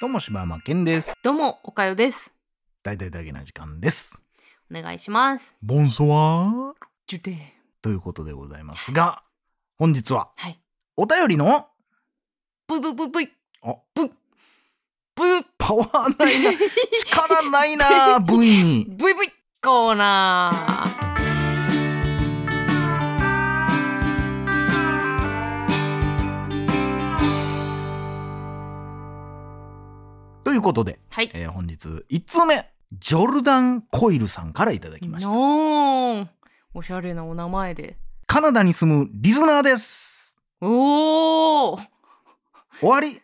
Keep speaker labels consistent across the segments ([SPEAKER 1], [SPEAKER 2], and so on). [SPEAKER 1] どうも柴山健です。
[SPEAKER 2] どうも、おかよです。
[SPEAKER 1] 大体だけな時間です。
[SPEAKER 2] お願いします。
[SPEAKER 1] ボンソワー
[SPEAKER 2] ジュデ
[SPEAKER 1] ということでございますが、本日は
[SPEAKER 2] はい。
[SPEAKER 1] お便りの
[SPEAKER 2] ブイブイブイブイ
[SPEAKER 1] あ
[SPEAKER 2] ブイブイ
[SPEAKER 1] パワーないな力ない な V に
[SPEAKER 2] ブイブイコーナー。
[SPEAKER 1] ということで、
[SPEAKER 2] はい。
[SPEAKER 1] えー本日1通目ジョルダン・コイルさんからいただきました
[SPEAKER 2] のーおしゃれなお名前で。
[SPEAKER 1] カナダに住むリスナーです
[SPEAKER 2] おー
[SPEAKER 1] 終わり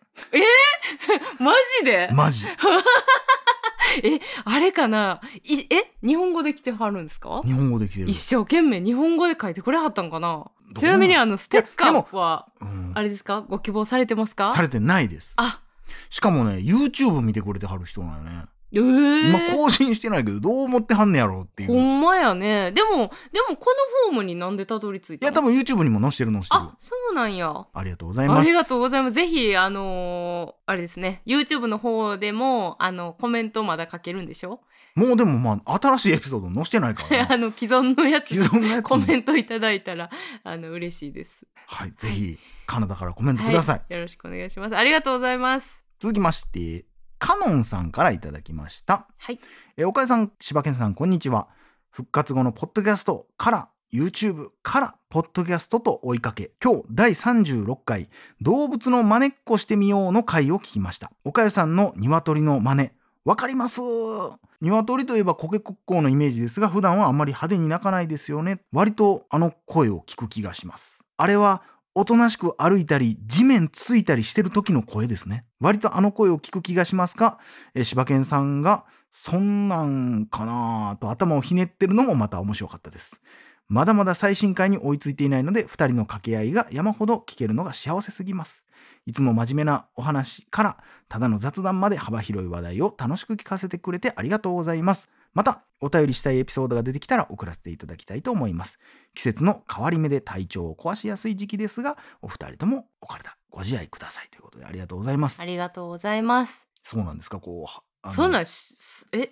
[SPEAKER 2] マジで、
[SPEAKER 1] マ ジ
[SPEAKER 2] え、あれかないえ、日本語で来てはるんですか
[SPEAKER 1] 日本語できてる
[SPEAKER 2] 一生懸命日本語で書いてくれはったんかな
[SPEAKER 1] どう
[SPEAKER 2] ちなみにあのステッカ
[SPEAKER 1] いやで
[SPEAKER 2] ーは
[SPEAKER 1] うん
[SPEAKER 2] あれですかご希望されてます
[SPEAKER 1] さ
[SPEAKER 2] か
[SPEAKER 1] れてないです
[SPEAKER 2] あ、
[SPEAKER 1] しかもね YouTube 見てくれてはる人なんよね
[SPEAKER 2] えー、
[SPEAKER 1] 今更新してないけどどう思ってはんねやろうっていう
[SPEAKER 2] ほんまやね。でも、でもこのフォームになんでたどり着い
[SPEAKER 1] い
[SPEAKER 2] たの
[SPEAKER 1] や多分 YouTube にも載してる載してる
[SPEAKER 2] あ、そうなんや。
[SPEAKER 1] ありがとうございます
[SPEAKER 2] ありがとうございます。ぜひ、あのーあれですね、YouTube の方でも、あの、コメントまだ書けるんでしょ
[SPEAKER 1] もうでもまあ新しいエピソード載してないから
[SPEAKER 2] あ
[SPEAKER 1] な
[SPEAKER 2] の、既存のやつ
[SPEAKER 1] 既存のやつ
[SPEAKER 2] コメ
[SPEAKER 1] に
[SPEAKER 2] ントいただいたら、あの、嬉しいです。
[SPEAKER 1] はいぜひカナダからコメントください、
[SPEAKER 2] はい。よろしくお願いします。ありがとうございます。
[SPEAKER 1] 続きましてカノンさんからいただきました、
[SPEAKER 2] はい
[SPEAKER 1] えー岡井さん柴犬さんこんにちは復活後のポッドキャストから YouTube からポッドキャストと追いかけ今日第36回動物の真似っこしてみようの回を聞きました岡谷さんの鶏の真似わかります鶏といえばコケコッコーのイメージですが普段はあんまり派手に鳴かないですよね割とあの声を聞く気がしますあれはおとなしく歩いたり地面ついたりしてる時の声ですね割とあの声を聞く気がしますが、えー、柴犬さんがそんなんかなぁと頭をひねってるのもまた面白かったですまだまだ最新回に追いついていないので2人の掛け合いが山ほど聞けるのが幸せすぎますいつも真面目なお話からただの雑談まで幅広い話題を楽しく聞かせてくれてありがとうございますまたお便りしたいエピソードが出てきたら送らせていただきたいと思います季節の変わり目で体調を壊しやすい時期ですがお二人ともお体ご自愛くださいということでありがとうございます
[SPEAKER 2] ありがとうございます。
[SPEAKER 1] そうなんですかこうはあの
[SPEAKER 2] そんなんし、すえ、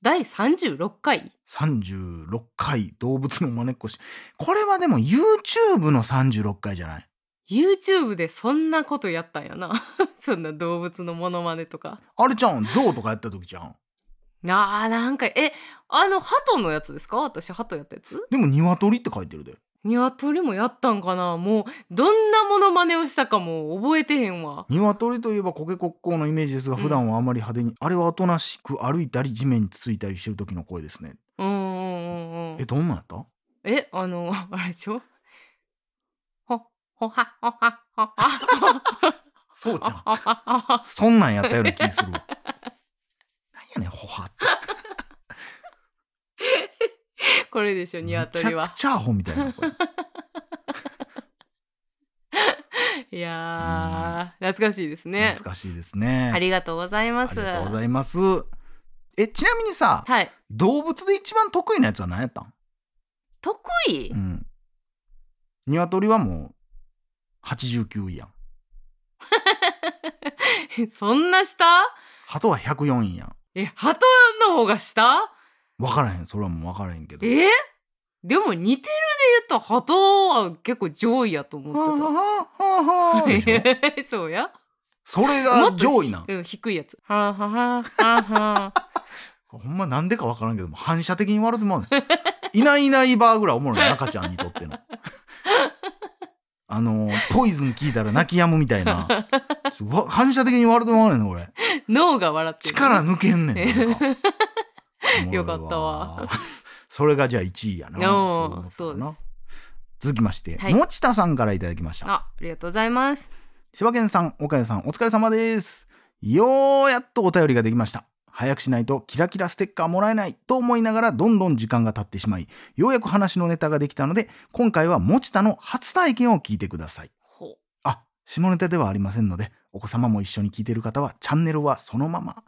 [SPEAKER 2] 第36回
[SPEAKER 1] 36回動物のまねっこしこれはでも YouTube の36回じゃない
[SPEAKER 2] YouTube でそんなことやったんやな そんな動物のモノマネとか
[SPEAKER 1] あれちゃうん象とかやった時じゃん
[SPEAKER 2] なあなんかえあの鳩のやつですか私鳩やったやつ
[SPEAKER 1] でも鶏って書いてるで
[SPEAKER 2] 鶏もやったんかなもうどんなモノマネをしたかも覚えてへんわ
[SPEAKER 1] 鶏といえばコケコッコーのイメージですが
[SPEAKER 2] うん
[SPEAKER 1] 普段はあまり派手に、あれはおとなしく歩いたり地面についたりしてる時の声ですね
[SPEAKER 2] うんうんうんうん
[SPEAKER 1] えどんなんやった
[SPEAKER 2] えあの あれでしょほほはほはほはほは
[SPEAKER 1] そうじゃん
[SPEAKER 2] ほはほは
[SPEAKER 1] そんなんやったような気するわなんやねんほはって
[SPEAKER 2] これでしょ鶏
[SPEAKER 1] めちゃ
[SPEAKER 2] は
[SPEAKER 1] くちゃアホみたいな 声
[SPEAKER 2] いやー懐かしいですね
[SPEAKER 1] 懐かしいですね
[SPEAKER 2] ありがとうございま
[SPEAKER 1] あ
[SPEAKER 2] す
[SPEAKER 1] りがとうございますえちなみにさ
[SPEAKER 2] はい
[SPEAKER 1] 動物で一番得意なやつは何やったん
[SPEAKER 2] 得意
[SPEAKER 1] うん鶏はもう89位やん
[SPEAKER 2] そんな下
[SPEAKER 1] 鳩は104位やん
[SPEAKER 2] え、鳩の方が下
[SPEAKER 1] 分からへんそれはもう分からへんけど
[SPEAKER 2] えでも似てるで言ったら鳩は結構上位やと
[SPEAKER 1] はあ
[SPEAKER 2] 思っ
[SPEAKER 1] はあはあはあでしょ
[SPEAKER 2] てた。 そうや。
[SPEAKER 1] それが上位なん
[SPEAKER 2] うん、低いやつ。はあ、はあはあ、はあ はあ。
[SPEAKER 1] ほんまなんでか分からんけども反射的に笑ってまうねんいないいないバーぐらいおもろいな赤ちゃんにとってのあのポイズン聞いたら泣き止むみたいなわ反射的に笑ってまうねんな俺
[SPEAKER 2] 脳が笑ってる。
[SPEAKER 1] 力抜けんねんなんか
[SPEAKER 2] よかったわ
[SPEAKER 1] それがじゃあ1位やな
[SPEAKER 2] お
[SPEAKER 1] そう思
[SPEAKER 2] ー
[SPEAKER 1] った
[SPEAKER 2] そ
[SPEAKER 1] ら
[SPEAKER 2] うで
[SPEAKER 1] な
[SPEAKER 2] す。
[SPEAKER 1] 続きまして、
[SPEAKER 2] はい
[SPEAKER 1] 持田さんからいただきました
[SPEAKER 2] あ、ありがとうございます。
[SPEAKER 1] 柴犬さん岡谷さんお疲れ様ですようやっとお便りができました早くしないとキラキラステッカーもらえないと思いながらどんどん時間が経ってしまいようやく話のネタができたので今回は持田の初体験を聞いてください
[SPEAKER 2] ほ
[SPEAKER 1] あ、下ネタではありませんので、お子様も一緒に聞いてる方は、チャンネルはそのまま。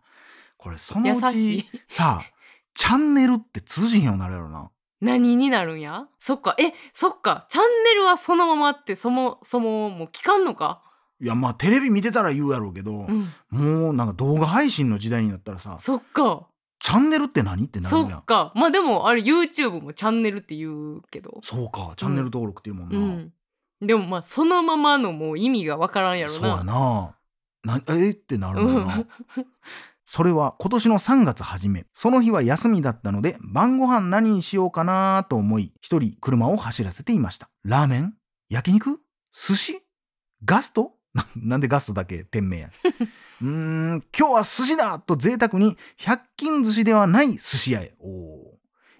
[SPEAKER 1] これ、そのう
[SPEAKER 2] 優し
[SPEAKER 1] ち
[SPEAKER 2] い、
[SPEAKER 1] さあ、チャンネルって通じひんようになるやろな。
[SPEAKER 2] 何になるんやそっか。え、そっか。チャンネルはそのままって、そもそももう聞かんのか。
[SPEAKER 1] いやまあテレビ見てたら言うやろうけど、
[SPEAKER 2] うん、
[SPEAKER 1] もうなんか動画配信の時代になったらさ
[SPEAKER 2] そっか
[SPEAKER 1] チャンネルって何ってなる
[SPEAKER 2] そ
[SPEAKER 1] やん
[SPEAKER 2] っかまあでもあれ YouTube もチャンネルって言うけど
[SPEAKER 1] そうかチャンネル登録っていうもんな、
[SPEAKER 2] うんでもまあそのままのもう意味がわからんやろな
[SPEAKER 1] そうやななえってなる
[SPEAKER 2] う
[SPEAKER 1] もん
[SPEAKER 2] ん
[SPEAKER 1] な、それは今年の3月初めその日は休みだったので晩ご飯何にしようかなと思い一人車を走らせていましたラーメン焼肉寿司ガスト ななんでガストだけ店 名やうーん今日は寿司だと贅沢に100均寿司ではない寿司屋へおー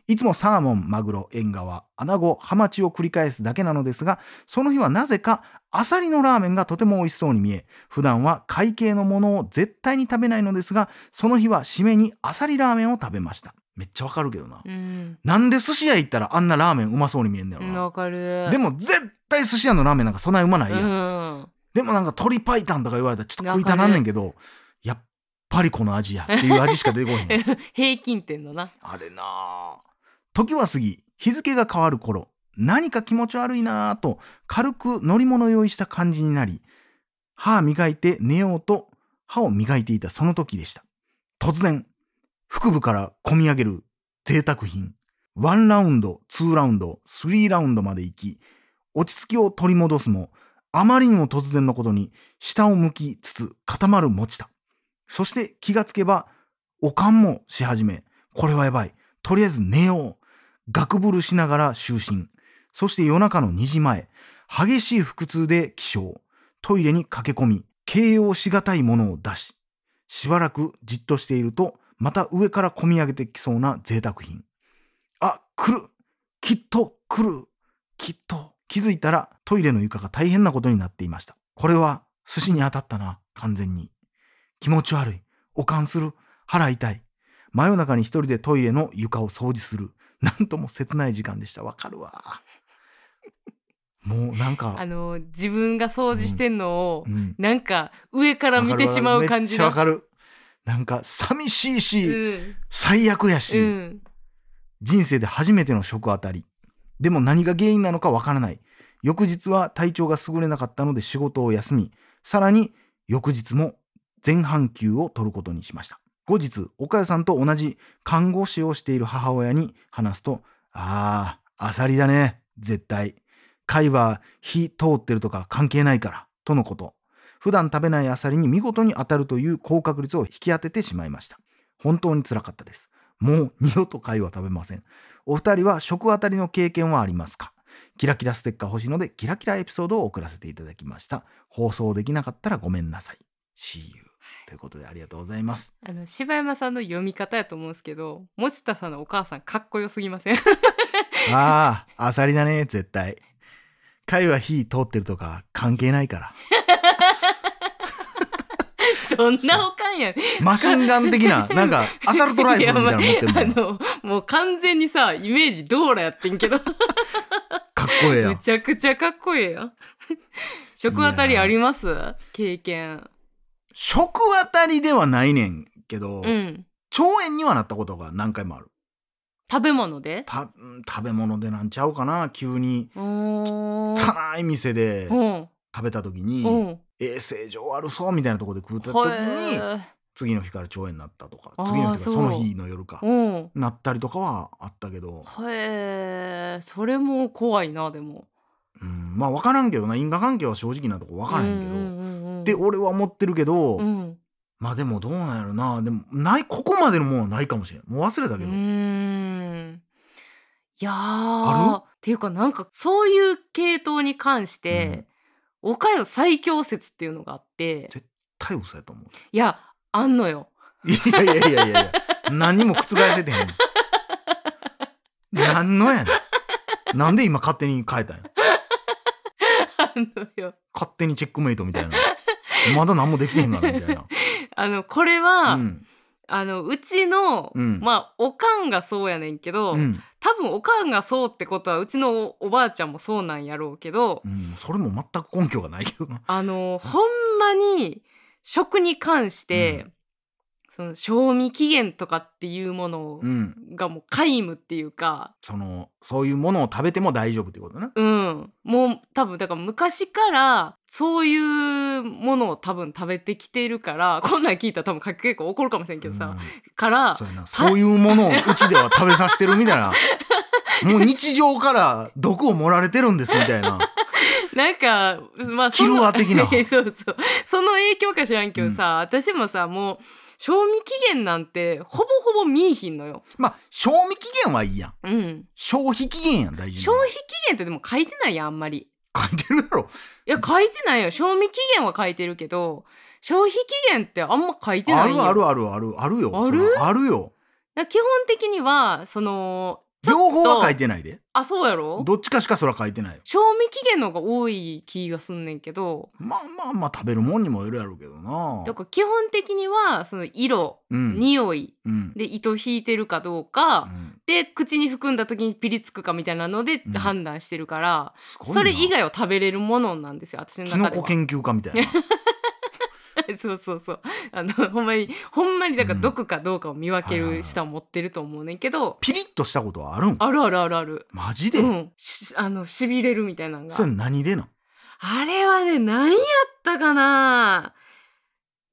[SPEAKER 1] いつもサーモンマグロ縁側アナゴハマチを繰り返すだけなのですがその日はなぜかアサリのラーメンがとても美味しそうに見え普段は会計のものを絶対に食べないのですがその日は締めにアサリラーメンを食べましためっちゃわかるけどな、
[SPEAKER 2] うん
[SPEAKER 1] なんで寿司屋行ったらあんなラーメンうまそうに見えんだ
[SPEAKER 2] う
[SPEAKER 1] よ
[SPEAKER 2] ん
[SPEAKER 1] な、
[SPEAKER 2] わかる
[SPEAKER 1] でも絶対寿司屋のラーメンなんかそんなうまないやん、
[SPEAKER 2] うん
[SPEAKER 1] でもなんか鶏白湯とか言われたらちょっと食いたなんねんけどやっぱりこの味やっていう味しか出てこへ ん
[SPEAKER 2] 平均点のな
[SPEAKER 1] あれなあ時は過ぎ日付が変わる頃何か気持ち悪いなあと軽く乗り物用意した感じになり歯磨いて寝ようと歯を磨いていたその時でした突然腹部から込み上げる贅沢品1ラウンド2ラウンド3ラウンドまで行き落ち着きを取り戻すもあまりにも突然のことに下を向きつつ固まる持ちたそして気がつけばおかんもし始めこれはやばい。とりあえず寝よう。ガクブルしながら就寝。そして夜中の2時前、激しい腹痛で起床。トイレに駆け込み、形容しがたいものを出し、しばらくじっとしていると、また上から込み上げてきそうな贅沢品。あ、来るきっと来るきっと気づいたらトイレの床が大変なことになっていました。これは寿司に当たったな、完全に。気持ち悪い。おかんする。腹痛い。真夜中に一人でトイレの床を掃除する。なんとも切ない時間でした。わかるわ。もうなん
[SPEAKER 2] あ
[SPEAKER 1] か、
[SPEAKER 2] の自分が掃除してんのを、
[SPEAKER 1] うん。
[SPEAKER 2] なんか上から見てしまう感じの
[SPEAKER 1] わかるわめっちゃわかる。なんか寂しいし、
[SPEAKER 2] うん
[SPEAKER 1] 最悪やし、
[SPEAKER 2] うん
[SPEAKER 1] 人生で初めての食あたり。でも何が原因なのかわからない。翌日は体調が優れなかったので仕事を休み、さらに翌日も全半休を取ることにしました。後日、岡谷さんと同じ看護師をしている母親に話すと、ああ、アサリだね、絶対。貝は火通ってるとか関係ないから、とのこと。普段食べないアサリに見事に当たるという高確率を引き当ててしまいました。本当に辛かったです。もう二度と貝は食べません。お二人は食あたりの経験はありますかキラキラステッカー欲しいので、キラキラエピソードを送らせていただきました。放送できなかったらごめんなさい。See you. ということでありがとうございます。
[SPEAKER 2] あの柴山さんの読み方やと思うんですけど持田さんのお母さんかっこよすぎません
[SPEAKER 1] ああ、アサリだね、絶対。貝は火通ってるとか関係ない から。
[SPEAKER 2] どんなおかんや
[SPEAKER 1] マシンガン的な、なんか、アサルトライフルみたいなの持ってるもん
[SPEAKER 2] あ
[SPEAKER 1] な。かっ
[SPEAKER 2] のもう完全にさイメージドーラやってんけど
[SPEAKER 1] こええや
[SPEAKER 2] む
[SPEAKER 1] ん。
[SPEAKER 2] ちゃくちゃかっこええやん 食あたりあります経験
[SPEAKER 1] 食あたりではないねんけど、
[SPEAKER 2] うん
[SPEAKER 1] 腸炎にはなったことが何回もある。
[SPEAKER 2] 食べ物で
[SPEAKER 1] たうん食べ物でなんちゃうかな、急に。
[SPEAKER 2] うーん
[SPEAKER 1] 汚い店で
[SPEAKER 2] うん
[SPEAKER 1] 食べた時
[SPEAKER 2] う
[SPEAKER 1] に
[SPEAKER 2] ん
[SPEAKER 1] 衛生上悪そうみたいなところで食うた時
[SPEAKER 2] へ
[SPEAKER 1] に
[SPEAKER 2] ー
[SPEAKER 1] 次の日から腸炎になったとか
[SPEAKER 2] あー
[SPEAKER 1] 次の日とか
[SPEAKER 2] そう
[SPEAKER 1] その日の夜か
[SPEAKER 2] うん
[SPEAKER 1] なったりとかはあったけど、
[SPEAKER 2] へえそれも怖いなでも
[SPEAKER 1] うん、まあ分からんけどな因果関係は正直なとこ分からへんけど、
[SPEAKER 2] うんうんうんうん
[SPEAKER 1] って俺は思ってるけど、
[SPEAKER 2] うん
[SPEAKER 1] まあでもどうなんやろなでもないここまでのものはないかもしれんもう忘れた
[SPEAKER 2] う
[SPEAKER 1] けど、
[SPEAKER 2] ーんいやー
[SPEAKER 1] あ
[SPEAKER 2] っていうかなんかそういう系統に関して、おかよ最強説っていうのがあって
[SPEAKER 1] 絶対嘘やと思う
[SPEAKER 2] いやあんのよ
[SPEAKER 1] いやいやいやいやいや何にも覆せてへん何のやねんなんで今勝手に変えたんや
[SPEAKER 2] あんのよ
[SPEAKER 1] 勝手にチェックメイトみたいな まだ何もできてへんからみたいな、
[SPEAKER 2] あのこれは、
[SPEAKER 1] うん
[SPEAKER 2] あのうちの、
[SPEAKER 1] うん
[SPEAKER 2] まあおかんがそうやねんけど、
[SPEAKER 1] うん
[SPEAKER 2] 多分おかんがそうってことはうちのおおばあちゃんもそうなんやろうけど、
[SPEAKER 1] うん、それも全く根拠がないけどな
[SPEAKER 2] あのほんまに食に関して、その賞味期限とかっていうもの
[SPEAKER 1] うん
[SPEAKER 2] がもう皆無っていうか、
[SPEAKER 1] そのそういうものを食べても大丈夫ってことな
[SPEAKER 2] うん、もう多分だから昔からそういうものを多分食べてきてるからこんなん聞いたら多分かっけ結構怒るかもしれんけどさ、から
[SPEAKER 1] そうやなそういうものをうちでは食べさせてるみたい なもう日常から毒を盛られてるんですみたいな
[SPEAKER 2] なんかまあ
[SPEAKER 1] キ
[SPEAKER 2] そ
[SPEAKER 1] ル
[SPEAKER 2] の
[SPEAKER 1] ア的な
[SPEAKER 2] そうそうその影響か知らんけどさ、私もさもう賞味期限なんてほぼほぼ見えひんのよ。
[SPEAKER 1] まあ賞味期限はいいやん
[SPEAKER 2] うん、
[SPEAKER 1] 消費期限やん大事な
[SPEAKER 2] 消
[SPEAKER 1] の
[SPEAKER 2] 費期限ってでも書いてないやんあんまり。
[SPEAKER 1] 書いてるやろ
[SPEAKER 2] いや書いてないよ賞味期限は書いてるけど消費期限ってあんま書いてな
[SPEAKER 1] あ
[SPEAKER 2] いよ
[SPEAKER 1] るあるあるあるあるよ
[SPEAKER 2] ある
[SPEAKER 1] そらあるよ
[SPEAKER 2] だから基本的にはその
[SPEAKER 1] 両方は書いてないで
[SPEAKER 2] あそうやろ
[SPEAKER 1] どっちかしかそら書いてないよ
[SPEAKER 2] 賞味期限の方が多い気がすんねんけど
[SPEAKER 1] まあまあまあ食べるもんにもよるやろうけどな
[SPEAKER 2] だから基本的にはその色、
[SPEAKER 1] うん
[SPEAKER 2] 匂い
[SPEAKER 1] うん
[SPEAKER 2] で糸引いてるかどう
[SPEAKER 1] う
[SPEAKER 2] か、
[SPEAKER 1] ん
[SPEAKER 2] で口に含んだ時にピリつくかみたいなので
[SPEAKER 1] うん
[SPEAKER 2] 判断してるから、
[SPEAKER 1] すごいな
[SPEAKER 2] それ以外は食べれるものなんですよ私の
[SPEAKER 1] キノ
[SPEAKER 2] 中で
[SPEAKER 1] コ
[SPEAKER 2] は。
[SPEAKER 1] 研究家みたいな
[SPEAKER 2] そうそうそうあのほんまにほんまにだか
[SPEAKER 1] うん
[SPEAKER 2] ら毒かどうかを見分ける舌を持ってると思うねんけど、
[SPEAKER 1] ピリッとしたことはあるん
[SPEAKER 2] あるあるあるある。
[SPEAKER 1] マジで、
[SPEAKER 2] うん、しあのしびれるみたいなのが
[SPEAKER 1] それ何でなん
[SPEAKER 2] あれはね何やったかな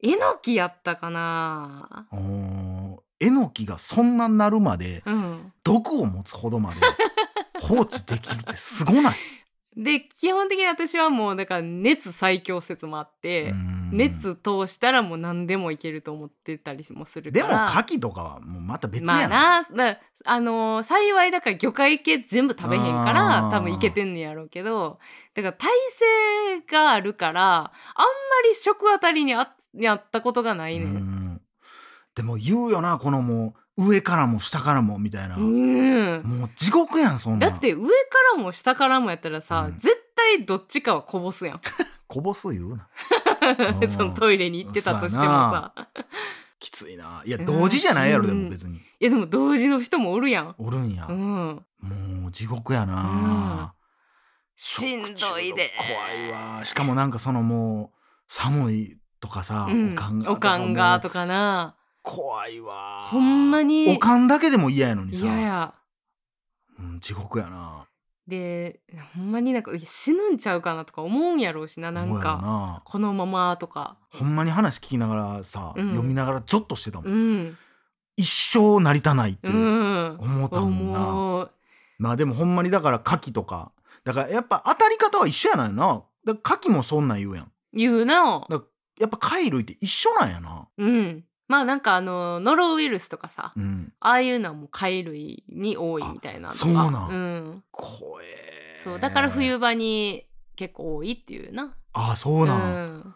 [SPEAKER 2] えのきやったかな
[SPEAKER 1] おーえのきがそんななるまで
[SPEAKER 2] うん
[SPEAKER 1] 毒を持つほど まで放置できるってすごない
[SPEAKER 2] で基本的に私はもうだから熱最強説もあって、
[SPEAKER 1] うん
[SPEAKER 2] 熱通したらもう何でもいけると思ってたりもするか
[SPEAKER 1] で
[SPEAKER 2] ら
[SPEAKER 1] も牡蠣とかはもうまた別やん、
[SPEAKER 2] まあなだあのー幸いだから魚介系全部食べへんから
[SPEAKER 1] あー
[SPEAKER 2] 多分いけてんねやろうけどだから体勢があるからあんまり食あたりにあやったことがな
[SPEAKER 1] う
[SPEAKER 2] いねん。
[SPEAKER 1] んでも言うよなこのもう上からも下からもみたいな、
[SPEAKER 2] うん
[SPEAKER 1] もう地獄やんそんな
[SPEAKER 2] だ
[SPEAKER 1] ん
[SPEAKER 2] って上からも下からもやったらさ、
[SPEAKER 1] うん
[SPEAKER 2] 絶対どっちかはこぼすやん
[SPEAKER 1] こぼす言うなん
[SPEAKER 2] そのトイレに行ってたとしてもさ
[SPEAKER 1] きついないや同時じゃないやろ、でも別に
[SPEAKER 2] いやでも同時の人もおるやん、
[SPEAKER 1] おるんや
[SPEAKER 2] う、ん、
[SPEAKER 1] もう地獄やな、
[SPEAKER 2] しんどいで
[SPEAKER 1] 食中毒怖いわしかもなんかそのもう寒いとかさ、
[SPEAKER 2] うん
[SPEAKER 1] おかんが
[SPEAKER 2] おかんが
[SPEAKER 1] とかも
[SPEAKER 2] とかな
[SPEAKER 1] 怖いわ
[SPEAKER 2] ほんまに
[SPEAKER 1] おかんだけでも嫌やのにさ
[SPEAKER 2] いやや
[SPEAKER 1] うん、地獄やな
[SPEAKER 2] でほんまになんかいや死ぬんちゃうかなとか思うんやろうしななん
[SPEAKER 1] 思うやろ
[SPEAKER 2] か
[SPEAKER 1] な
[SPEAKER 2] このままとか
[SPEAKER 1] ほんまに話聞きながらさ、
[SPEAKER 2] うん
[SPEAKER 1] 読みながらゾッとしてたもん、
[SPEAKER 2] うん
[SPEAKER 1] 一生成りたないって
[SPEAKER 2] うん
[SPEAKER 1] 思ったもんな、
[SPEAKER 2] 思う
[SPEAKER 1] まあでもほんまにだから牡蠣とかだからやっぱ当たり方は一緒やないなだから牡蠣もそんなん言うやん
[SPEAKER 2] 言うな
[SPEAKER 1] だやっぱ貝類って一緒なんやな
[SPEAKER 2] うんまあなんかあのノロウイルスとかさ
[SPEAKER 1] うん
[SPEAKER 2] ああいうのはもう貝類に多いみたいな
[SPEAKER 1] あ
[SPEAKER 2] とか
[SPEAKER 1] そうなん
[SPEAKER 2] うん、
[SPEAKER 1] 怖え
[SPEAKER 2] そうだから冬場に結構多いっていうな
[SPEAKER 1] ああそうなん、い
[SPEAKER 2] ん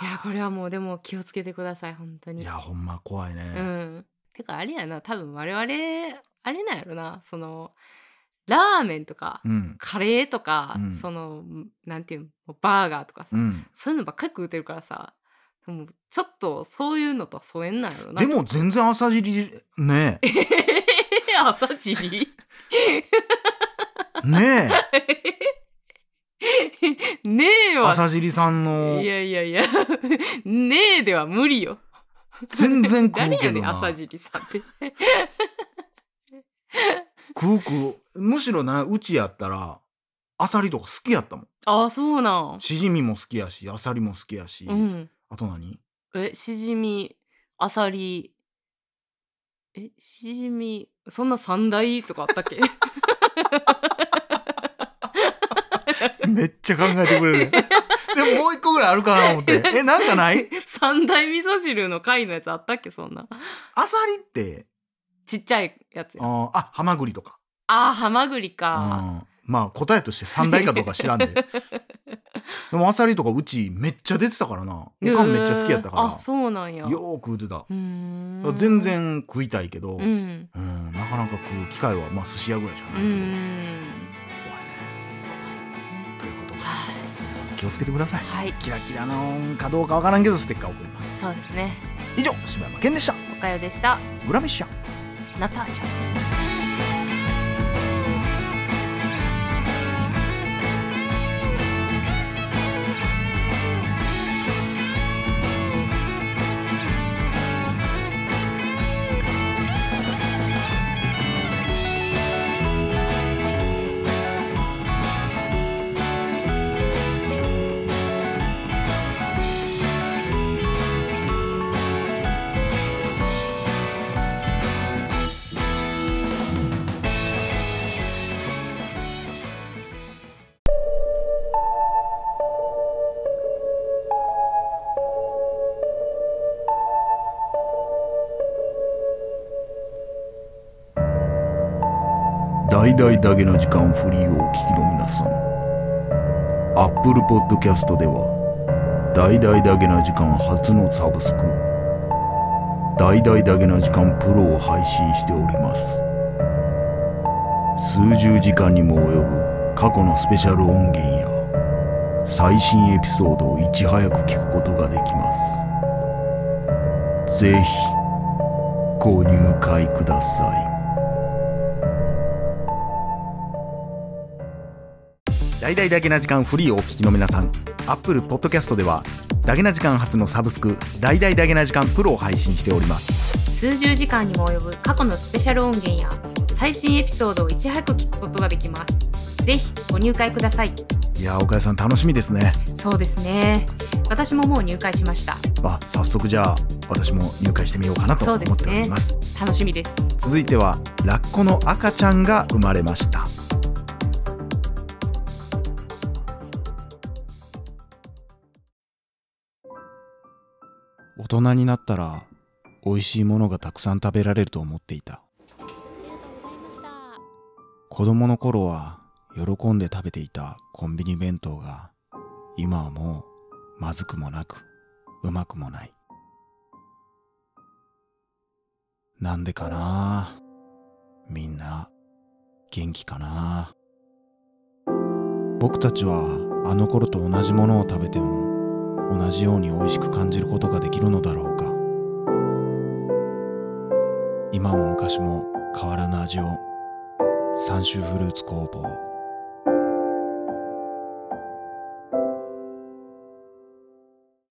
[SPEAKER 2] いやこれはもうでも気をつけてください本当
[SPEAKER 1] やー
[SPEAKER 2] に
[SPEAKER 1] いやほんま怖いね、
[SPEAKER 2] うん。てかあれやな多分我々あれなんやろなそのラーメンとか、
[SPEAKER 1] うん
[SPEAKER 2] カレーとか、
[SPEAKER 1] うん
[SPEAKER 2] そのなんていうのバーガーとかさ、
[SPEAKER 1] うん
[SPEAKER 2] そういうのばっかり食うてるからさもうちょっとそういうのとは疎遠なんやろな
[SPEAKER 1] でも全然朝尻ねえ
[SPEAKER 2] 朝尻
[SPEAKER 1] ね
[SPEAKER 2] ねえ
[SPEAKER 1] え
[SPEAKER 2] は
[SPEAKER 1] 朝尻さんの
[SPEAKER 2] いやいやい やねえでは無理よ
[SPEAKER 1] 全然食うけ
[SPEAKER 2] 誰や
[SPEAKER 1] ど
[SPEAKER 2] ねん
[SPEAKER 1] な
[SPEAKER 2] 朝尻さんって
[SPEAKER 1] 食う食うむしろなうちやったらアサリとか好きやったもん
[SPEAKER 2] ああそうなん
[SPEAKER 1] シジミも好きやしアサリも好きやし、
[SPEAKER 2] うん
[SPEAKER 1] あと何
[SPEAKER 2] えしじみあさりえしじみそんな三大とかあったっけ
[SPEAKER 1] めっちゃ考えてくれる でももう一個ぐらいあるかな思ってえなんかない
[SPEAKER 2] 三大味噌汁の貝のやつあったっけそんな
[SPEAKER 1] アサリって
[SPEAKER 2] ちっちゃいやつや
[SPEAKER 1] あーあハマグリとか
[SPEAKER 2] あーハマグリか
[SPEAKER 1] うんまあ答えとして三大かどうか知らん ででもアサリとかうちめっちゃ出てたからなおかんめっちゃ好きやった
[SPEAKER 2] へーあ
[SPEAKER 1] か
[SPEAKER 2] そうなんや
[SPEAKER 1] らよーく食うてた
[SPEAKER 2] うーん
[SPEAKER 1] 全然食いたいけど、
[SPEAKER 2] うん
[SPEAKER 1] うんなかなか食う機会はまあ寿司屋ぐらいしか
[SPEAKER 2] う
[SPEAKER 1] ないけど、
[SPEAKER 2] ーん
[SPEAKER 1] 怖いねということで
[SPEAKER 2] はい
[SPEAKER 1] 皆さん気をつけてください
[SPEAKER 2] はい
[SPEAKER 1] キラキラのかどうかわからんけどステッカー送ります
[SPEAKER 2] そうですね
[SPEAKER 1] 以上柴山健でした
[SPEAKER 2] おかよでした
[SPEAKER 1] グラミッシャ
[SPEAKER 2] ナターシャ
[SPEAKER 1] 最大だけの時間フリーをお聞きの皆さん Apple Podcast では大々だけな時間初のサブスク大々だけな時間プロを配信しております数十時間にも及ぶ過去のスペシャル音源や最新エピソードをいち早く聞くことができますぜひご入会ください大々だけな時間フリーをお聞きの皆さん Apple Podcast ではだけな時間初のサブスク「大々だけな時間プロ」を配信しております
[SPEAKER 2] 数十時間にも及ぶ過去のスペシャル音源や最新エピソードをいち早く聞くことができますぜひご入会ください
[SPEAKER 1] いやー岡谷さん楽しみですね
[SPEAKER 2] そうですね私ももう入会しました
[SPEAKER 1] あ早速じゃあ私も入会してみようかなと
[SPEAKER 2] そ
[SPEAKER 1] 思
[SPEAKER 2] う
[SPEAKER 1] っ
[SPEAKER 2] で
[SPEAKER 1] て
[SPEAKER 2] すね
[SPEAKER 1] おります
[SPEAKER 2] 楽しみです
[SPEAKER 1] 続いてはラッコの赤ちゃんが生まれました大人になったら美味しいものがたくさん食べられると思っていた
[SPEAKER 3] ありがとうございました。
[SPEAKER 1] 子供の頃は喜んで食べていたコンビニ弁当が今はもうまずくもなくうまくもないなんでかなみんな元気かな僕たちはあの頃と同じものを食べても同じように美味しく感じることができるのだろうか今も昔も変わらぬ味を三州フルーツ工房